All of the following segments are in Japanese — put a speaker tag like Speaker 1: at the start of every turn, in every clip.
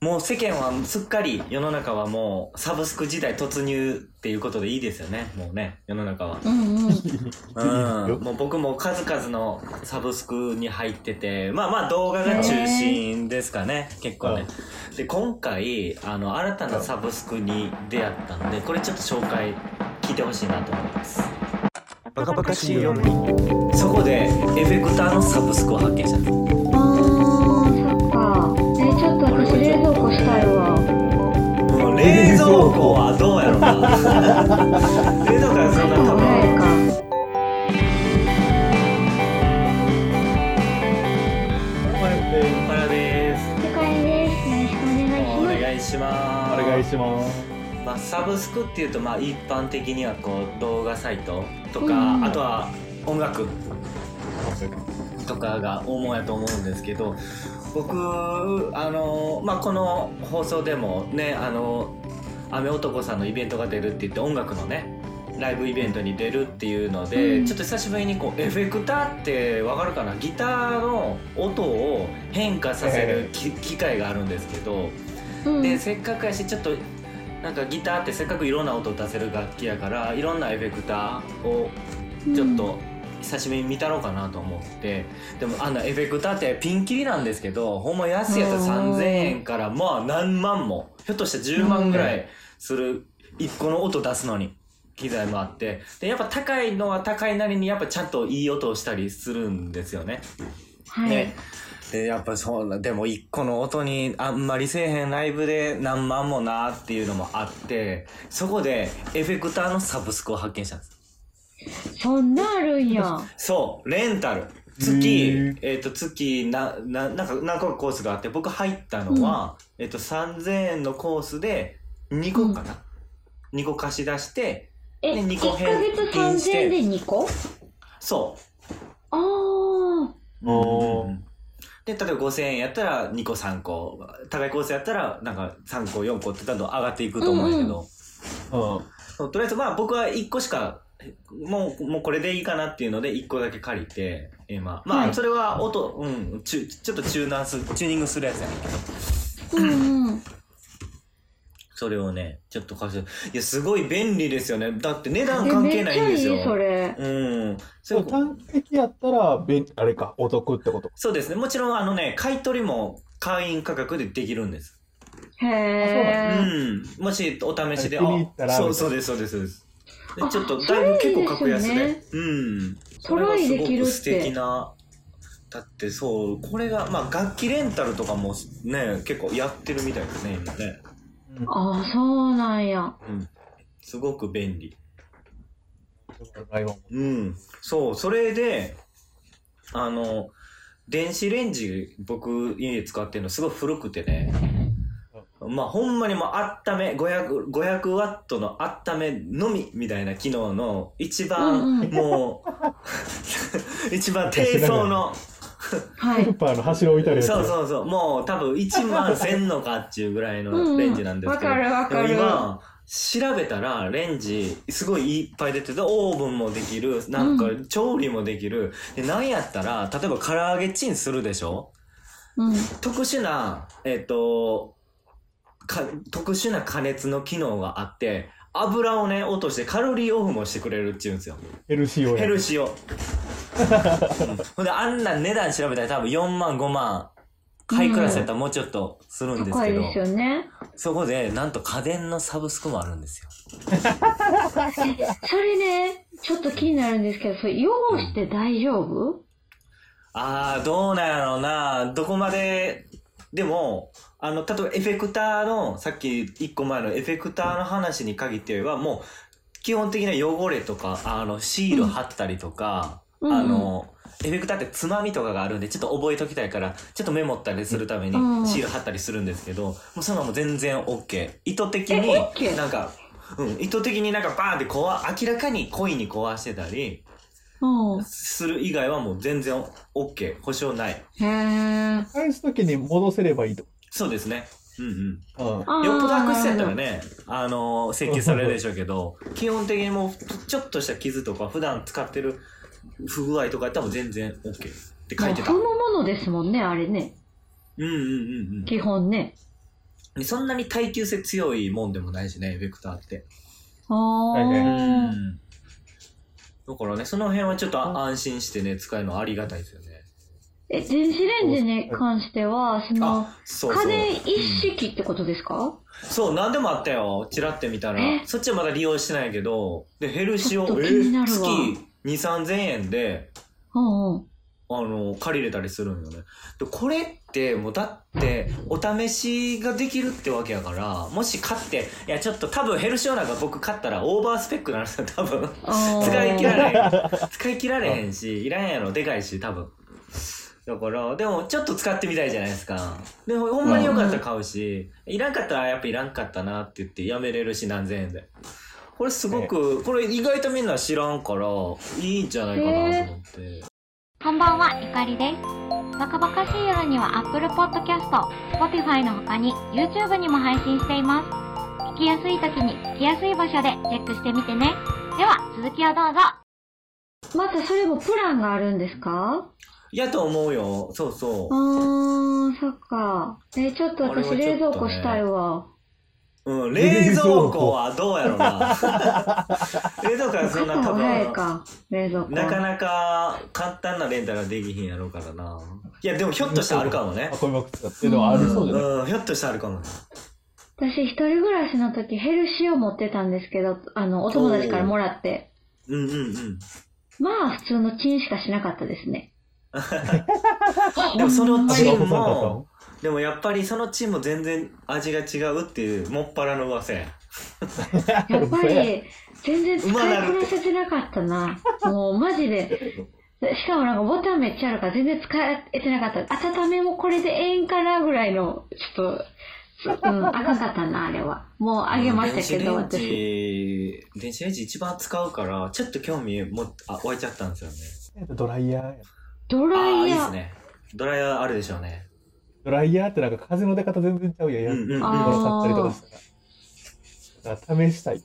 Speaker 1: もう世間はすっかり世の中はもうサブスク時代突入っていうことでいいですよね。もうね、世の中は。
Speaker 2: うんうん。
Speaker 1: う
Speaker 3: よ
Speaker 1: ん。もう僕も数々のサブスクに入ってて、まあまあ動画が中心ですかね。結構ね。で、今回、あの、新たなサブスクに出会ったんで、これちょっと紹介聞いてほしいなと思います。
Speaker 3: バカバカしいよね
Speaker 1: そこで、エフェクターのサブスクを発見したんです。
Speaker 2: あー、そっか。え、ちょっと私冷蔵庫したいわ。
Speaker 1: もう冷蔵庫はどうやろ うな。冷蔵庫はそんな多分。
Speaker 2: ないか。
Speaker 1: パラです。
Speaker 2: 世界です。よろしくお
Speaker 1: お
Speaker 2: 願いし
Speaker 1: 願いしま
Speaker 3: お
Speaker 1: す。
Speaker 3: 願いします
Speaker 1: まあ、サブスクっていうと、まあ、一般的にはこう動画サイトとか、
Speaker 2: うん
Speaker 1: あとは音楽とかが主やと思うんですけど僕あの、まあ、この放送でもねあの雨男さんのイベントが出るって言って音楽のねライブイベントに出るっていうので、
Speaker 2: うん
Speaker 1: ちょっと久しぶりにこうエフェクターってわかるかなギターの音を変化させるき機会があるんですけど。
Speaker 2: ます。うん。
Speaker 1: でせっかくやしちょっとなんかギターってせっかくいろんな音出せる楽器やからいろんなエフェクターをちょっと久しぶりに見たろうかなと思って、でもあのエフェクターってピンキリなんですけどほんま安いやつは
Speaker 2: うん
Speaker 1: 3000円からまあ何万もひょっとしたら10万ぐらいする1個の音出すのに。機材もあってでやっぱ高いのは高いなりにやっぱちゃんといい音をしたりするんですよね。
Speaker 2: はい。
Speaker 1: ね、でやっぱそうなでも一個の音にあんまりせえへんライブで何万もなっていうのもあってそこでエフェクターのサブスクを発見したんです
Speaker 2: そんなあるんや。
Speaker 1: そうレンタル
Speaker 3: へ
Speaker 1: 月
Speaker 3: ー、
Speaker 1: えっと月なななんか何個かコースがあって僕入ったのは、えっと3000円のコースで2個かな、2個貸し出して
Speaker 2: え、
Speaker 1: ね二
Speaker 2: 1
Speaker 1: 個
Speaker 2: ヶ
Speaker 1: 返
Speaker 2: 月
Speaker 1: 品し
Speaker 2: 3000
Speaker 1: て
Speaker 2: 円で2個
Speaker 1: そう
Speaker 2: あー。
Speaker 3: おー
Speaker 1: で例えば5000円やったら2個3個高いコースやったらなんか3個4個ってどんどん上がっていくと思うんだけど、
Speaker 2: うん
Speaker 3: うん
Speaker 1: そうとりあえずまあ僕は1個しかもうもうこれでいいかなっていうので1個だけ借りて今ま
Speaker 2: は
Speaker 1: あ
Speaker 2: い
Speaker 1: それは音、うんちゅちょっとチューナーすチューニングするやつやねんけど
Speaker 2: うんうん。
Speaker 1: それをねちょっと貸していやすごい便利ですよねだって値段
Speaker 2: え
Speaker 1: 関係ないんですよ
Speaker 2: めっちゃいいそれ。
Speaker 1: うんそ
Speaker 3: そう
Speaker 1: れ
Speaker 3: 端的やったらべあれかお得ってこと
Speaker 1: そうですねもちろんあのね買い取りも会員価格でできるんですう
Speaker 2: へー。
Speaker 1: ん、もしお試しで、
Speaker 3: 気に入ったら
Speaker 1: そうそうです、そうです、そうです。で
Speaker 2: あ
Speaker 1: ちょっとだいぶ結構格安で、
Speaker 2: それいいで
Speaker 1: うん。
Speaker 2: トライできる
Speaker 1: それがすご
Speaker 2: って
Speaker 1: く素敵な。だってそう、これが、まあ楽器レンタルとかもね、結構やってるみたいですね、今ね。
Speaker 2: あー、そうなんや。
Speaker 1: うん。すごく便利。
Speaker 3: ライブも
Speaker 1: うん。そう、それで、あの、電子レンジ、僕、家で使ってるのすごい古くてね。まあ、ほんまにもう温め、500、500ワットの温めのみみたいな機能の一番、
Speaker 2: うんうん
Speaker 1: もう、 一番低層の、
Speaker 2: は
Speaker 3: スー
Speaker 2: い。
Speaker 3: パーの柱置いたりやつ
Speaker 1: そうそうそう、もう多分1万せんのかっていうぐらい
Speaker 2: うんう
Speaker 1: のレンジなんですけど。
Speaker 2: わかるわか
Speaker 1: で
Speaker 2: る。
Speaker 1: も今調べたらレンジすごいいっぱい出ててオーブンもできるなんか
Speaker 2: う
Speaker 1: 調理もできる、でなんやったら例えば唐揚げチンするでしょ
Speaker 2: うん。
Speaker 1: 特殊なえっ、とか特殊な加熱の機能があって油をね落としてカロリーオフもしてくれるっていうんですよ
Speaker 3: ヘルシーを
Speaker 1: ヘ
Speaker 3: や
Speaker 1: ルシ ーを、うんほんであんな値段調べたら多分4万5万ハイクラスやったらもうちょっとするんです
Speaker 2: 高
Speaker 1: け
Speaker 2: い
Speaker 1: ど、
Speaker 2: ですよね。
Speaker 1: そこでなんと家電のサブスクもあるんですよ
Speaker 2: それね、ちょっと気になるんですけど、それ用意して大丈夫
Speaker 1: ああ、どうなんやろうな。どこまで、でも、あの、例えばエフェクターの、さっき一個前のエフェクターの話に限って言えば、もう、基本的な汚れとか、あの、シール貼ったりとか、
Speaker 2: うん
Speaker 1: あの、エフェクターってつまみとかがあるんで、ちょっと覚えときたいから、ちょっとメモったりするために
Speaker 2: うん
Speaker 1: シール貼ったりするんですけど、もうそんなんも全然 OK。意図的に
Speaker 2: え OK？、
Speaker 1: なんか、うん、意図的になんかバーンって壊、明らかに故意に壊してたり、
Speaker 2: うん。
Speaker 1: する以外はもう全然 OK 保証ない
Speaker 2: へー。
Speaker 3: 返す時に戻せればいいと
Speaker 1: そうですねうん
Speaker 3: うん
Speaker 1: う
Speaker 2: あ
Speaker 1: ん、
Speaker 2: ー
Speaker 1: よっぽど悪質やったらね、あのー請求されるでしょうけど、基本的にもうちょちょっとした傷とか、普段使ってる不具合とかやったらもう全然 OK って書いてた。う
Speaker 2: も
Speaker 1: ん
Speaker 2: うそのものですもんね、あれね。
Speaker 1: うんうんうん。
Speaker 2: 基本ね。
Speaker 1: でそんなに耐久性強いもんでもないしね、ベクターって。
Speaker 2: あ
Speaker 3: はいはいう
Speaker 2: ー。
Speaker 1: だからね、その辺はちょっとあ安心してね、使えるのはありがたいですよね。
Speaker 2: え、電子レンジに関しては、その、
Speaker 1: あ、そうそ
Speaker 2: 家
Speaker 1: う。
Speaker 2: 電一式ってことですか
Speaker 1: そう、なんでもあったよ。チラって見たら
Speaker 2: え。
Speaker 1: そっちはまだ利用してないけど、で、ヘルシオ、
Speaker 2: ちょっと気になる
Speaker 1: 月
Speaker 2: わ
Speaker 1: 2、3000円で、
Speaker 2: うんうん。
Speaker 1: あの、借りれたりするんよね。で、これって、もうだって、お試しができるってわけやから、もし買って、いや、ちょっと多分ヘルシオなんか僕買ったらオーバースペックなんですよ、多分。
Speaker 2: あー
Speaker 1: 使い切られへん使い切られへんしいらんやろでかいし多分だからでもちょっと使ってみたいじゃないですかでもほんまによかったら買うし、いらんかったらやっぱいらんかったなって言ってやめれるし何千円でこれすごく、これ意外とみんな知らんからいいんじゃないかなと思って、
Speaker 4: こんばんは、ゆかりです。バカバカしい夜には Apple Podcast、Spotify の他に YouTube にも配信しています。聞きやすい時に聞きやすい場所でチェックしてみてね。では、続きをどうぞ。
Speaker 2: またそれもプランがあるんですか
Speaker 1: いやと思うよそうそ
Speaker 2: あー、そっか。え、ちょっと
Speaker 1: これはちょっ
Speaker 2: 私
Speaker 1: とね
Speaker 2: 冷蔵庫したいわ。
Speaker 1: う、うん、冷蔵庫はどうやろうな冷蔵庫はそんな
Speaker 2: 肩
Speaker 1: 多
Speaker 2: も早い
Speaker 1: 分
Speaker 2: か、冷蔵庫。
Speaker 1: なかなか簡単なレンタルはできひんやろうからないやでもひょっとしたらあるかもね
Speaker 3: 運びまくってたっていうのはありそうじゃない、
Speaker 1: うん、ひょっとしたらあるかもね。
Speaker 2: 私一人暮らしの時ヘルシーを持ってたんですけど、あの、お友達からもらって。
Speaker 1: うんうんうん。
Speaker 2: まあ普通のチンしかしなかったですね。
Speaker 1: でもその
Speaker 3: 味
Speaker 1: チ
Speaker 3: が
Speaker 1: ン
Speaker 3: 細かかった
Speaker 1: も
Speaker 3: の、
Speaker 1: でもやっぱりそのチンも全然味が違うっていう、もっぱらの噂や。
Speaker 2: やっぱ
Speaker 3: 嘘や
Speaker 2: り、全然使いこなせてなかったな。もうマジで。しかもなんかボタンめっちゃあるから全然使えてなかった。温めもこれでええんかなぐらいの、ちょっと、うん、赤かったな、あれは。もうあげましたけど、
Speaker 1: 電子レ
Speaker 2: 私。
Speaker 1: ンジ、電子レンジ一番使うから、ちょっと興味も、あ、湧いちゃったんですよね。
Speaker 3: ドライヤーや
Speaker 2: ド
Speaker 1: あ
Speaker 2: ラ
Speaker 1: あー、い
Speaker 2: イ
Speaker 1: い
Speaker 2: ヤ
Speaker 1: です
Speaker 2: ー。
Speaker 1: ね。ドライヤーあるでしょうね。
Speaker 3: ドライヤーってなんか風の出方全然ちゃうやん。や
Speaker 1: うんうんうん
Speaker 3: 物買ったりとかしたら。だから試したい。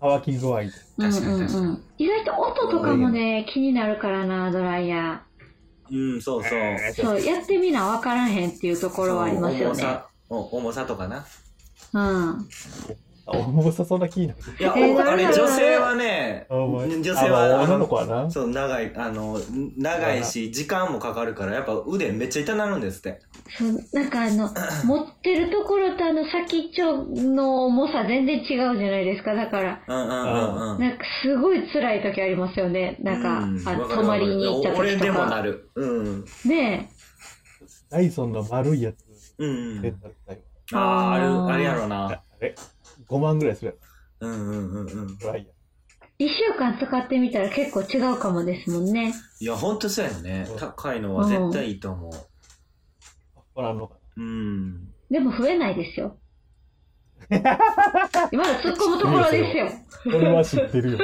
Speaker 3: 乾き具合とか。
Speaker 2: うん
Speaker 1: 確か
Speaker 2: う
Speaker 1: に
Speaker 2: ん
Speaker 1: 確か
Speaker 2: う
Speaker 1: に
Speaker 2: ん。意外と音とかもね、気になるからな、ドライヤ
Speaker 1: うん、そうそう。
Speaker 3: え
Speaker 2: ー。そう、やってみな、わからへんっていうところはありますよ
Speaker 1: 重
Speaker 2: ね。
Speaker 1: さ、お重さとかな。
Speaker 2: うん。
Speaker 3: 重さそんな気になる。
Speaker 1: いや、
Speaker 2: えー
Speaker 1: あれ、
Speaker 2: なんだろ
Speaker 1: 女
Speaker 2: う
Speaker 1: 性はね、
Speaker 3: あお前
Speaker 1: 女性は
Speaker 3: あ女の子はな。
Speaker 1: そう、長い、あの、長いし、時間もかかるから、やっぱ腕めっちゃ痛なるんですって。
Speaker 2: そう、なんかあ の、持ってるところとあの先っちょの重さ全然違うじゃないですか。だから、
Speaker 1: うんうんうんうん。
Speaker 2: なんかすごい辛い時ありますよね。なんか、あ
Speaker 1: わ
Speaker 2: の
Speaker 1: か
Speaker 2: 泊
Speaker 1: るわ
Speaker 2: ま
Speaker 1: かる
Speaker 2: りに行った
Speaker 1: 俺
Speaker 2: 時
Speaker 1: で
Speaker 2: と
Speaker 1: もな
Speaker 2: か。
Speaker 1: る。うん。
Speaker 2: ね
Speaker 3: ダイソンの丸いやつ、
Speaker 1: うんう
Speaker 3: レン
Speaker 1: ん。
Speaker 3: タルしたい
Speaker 1: あ
Speaker 3: わ
Speaker 1: あ、あ
Speaker 2: あー
Speaker 1: る、あれやろ
Speaker 3: あ
Speaker 1: な。
Speaker 3: れ ?5 万ぐらいするや
Speaker 1: うんうんうんうん
Speaker 3: つ、。ドライヤー。
Speaker 2: え。一週間使ってみたら結構違うかもですもんね。
Speaker 1: いや、ほんとそうやんね。高いのは絶対いいと思
Speaker 3: ほらあんのか
Speaker 1: う。うん。
Speaker 2: でも増えないです よ。今の突っ込むところですよ。
Speaker 3: な。俺は知っ てるよ。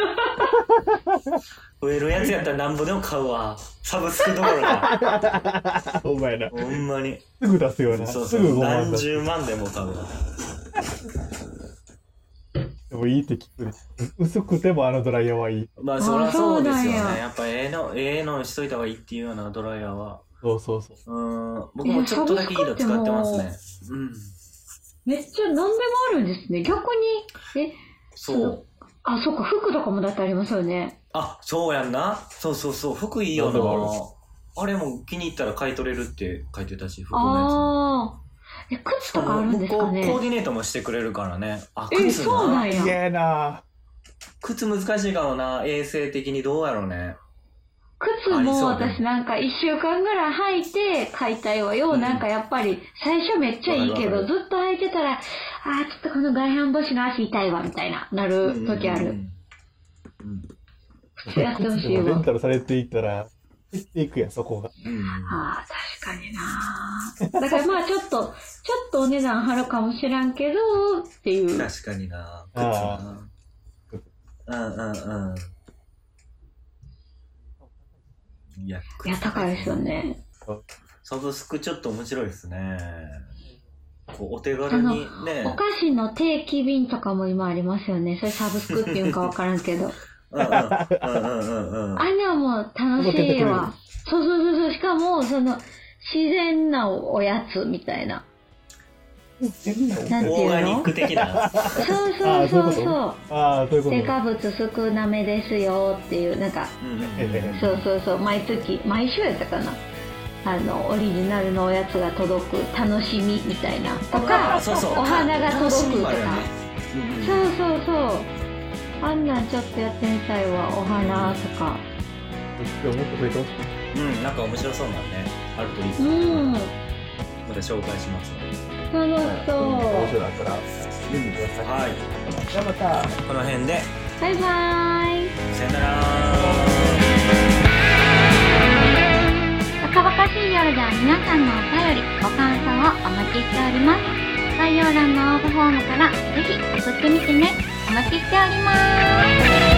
Speaker 1: 増えるやつやったらなんぼでも買うわ。サブスクどころ か。
Speaker 3: お前な。
Speaker 1: ほんまに。
Speaker 3: すぐ出すよな。
Speaker 1: そう
Speaker 3: す
Speaker 1: そ
Speaker 3: ぐ5
Speaker 1: う。
Speaker 3: 万
Speaker 1: 何
Speaker 3: 出す。
Speaker 1: 十万でも買うわ。
Speaker 3: でもいいって聞くね。薄くてもあのドライヤーはいい。
Speaker 1: まあ、そりゃそうですよね。
Speaker 2: あそうなんや
Speaker 1: やっぱ、ええの、ええのしといた方がいいっていうようなドライヤーは。
Speaker 3: そうそうそう。
Speaker 1: うん。僕もちょっとだけいいの使ってますね。うん。
Speaker 2: めっちゃ何でもあるんですね。逆に、え、
Speaker 1: そう。
Speaker 2: あ、そっか、服とかもだってありますよね。
Speaker 1: あ、そうやんな。そうそうそう。服いいよ
Speaker 3: なんでも
Speaker 1: な。あれも気に入ったら買い取れるって書いてたし、服のや
Speaker 2: ああ。え、靴
Speaker 1: つ。
Speaker 2: とかあるんです
Speaker 1: こ
Speaker 2: か
Speaker 1: うコー
Speaker 2: ね
Speaker 1: ディネートもしてくれるからね。あ、
Speaker 2: え、
Speaker 1: 靴
Speaker 2: そうな
Speaker 1: な。
Speaker 2: ん
Speaker 3: い
Speaker 2: や。
Speaker 3: やな
Speaker 1: 靴難しいかもな。衛生的にどうやろうね。
Speaker 2: 靴
Speaker 1: ありそう
Speaker 2: も
Speaker 1: でも
Speaker 2: 私なんか一週間ぐらい履いて買いたいわよ。
Speaker 1: うん
Speaker 2: なんかやっぱり最初めっちゃいいけ
Speaker 1: わかる
Speaker 2: ど、
Speaker 1: わ
Speaker 2: ず
Speaker 1: か
Speaker 2: っと履いてたら、あーちょっとこの外反母趾の足痛いわ、みたいな、なる時あ
Speaker 1: うんうん
Speaker 2: る。靴やってほ
Speaker 3: 靴
Speaker 2: し
Speaker 3: で
Speaker 2: い
Speaker 3: もレン
Speaker 2: わ。
Speaker 3: タルされていったら、減っていくやん、そこが。
Speaker 1: うん。うん
Speaker 2: ああ、確かになだからまあちょっと、ちょっとお値段張るかもしらんけど、っていう。
Speaker 1: 確かにな。靴
Speaker 3: あ
Speaker 1: な。うんうんうん。いや、
Speaker 2: いや、高いですよね。
Speaker 1: サブスクちょっと面白いですね。こうお手軽に
Speaker 2: お
Speaker 1: ね。
Speaker 2: 菓子の定期便とかも今ありますよね。それサブスクっていうんかわからんけど。
Speaker 1: うんうんうんうんうんうん。
Speaker 2: あんなもう楽しいわ。そうそうそうそう。しかも、その、自然なおやつみたいな。
Speaker 3: 言ってんだ
Speaker 2: なんて
Speaker 1: オーガ
Speaker 2: いう
Speaker 1: ニッ
Speaker 2: の
Speaker 1: ク的な
Speaker 2: そう
Speaker 3: あ
Speaker 2: そ
Speaker 3: ー
Speaker 2: うそ
Speaker 3: そういうこ
Speaker 2: う
Speaker 3: と
Speaker 2: そ
Speaker 3: ああ、そういう
Speaker 2: う
Speaker 3: こと
Speaker 2: 添。加物少なめですよっていうなんか
Speaker 1: うん
Speaker 3: え
Speaker 2: そうそうそう毎月毎週やったかなあのオリジナルのおやつが届く楽しみみたいなとか
Speaker 1: あそうそう
Speaker 2: お花が届
Speaker 1: 楽
Speaker 2: くとか
Speaker 1: しみもあるよねうん
Speaker 2: そうそうそうあんなんちょっとやってみたいわお花とか
Speaker 3: 今日もっと増えてほしい。
Speaker 1: うんうんなんか面白そうなんねあるといいです
Speaker 2: う
Speaker 1: ね
Speaker 2: ん
Speaker 1: また紹介します
Speaker 2: 楽しそう
Speaker 3: 面白かったら。
Speaker 1: はい
Speaker 3: じゃあまた。
Speaker 1: この辺で
Speaker 2: バイバーイ
Speaker 1: さよなら
Speaker 4: 若々しい夜では皆さんのお便り、ご感想をお待ちしております。概要欄の応募フォームからぜひ送ってみてね。お待ちしております。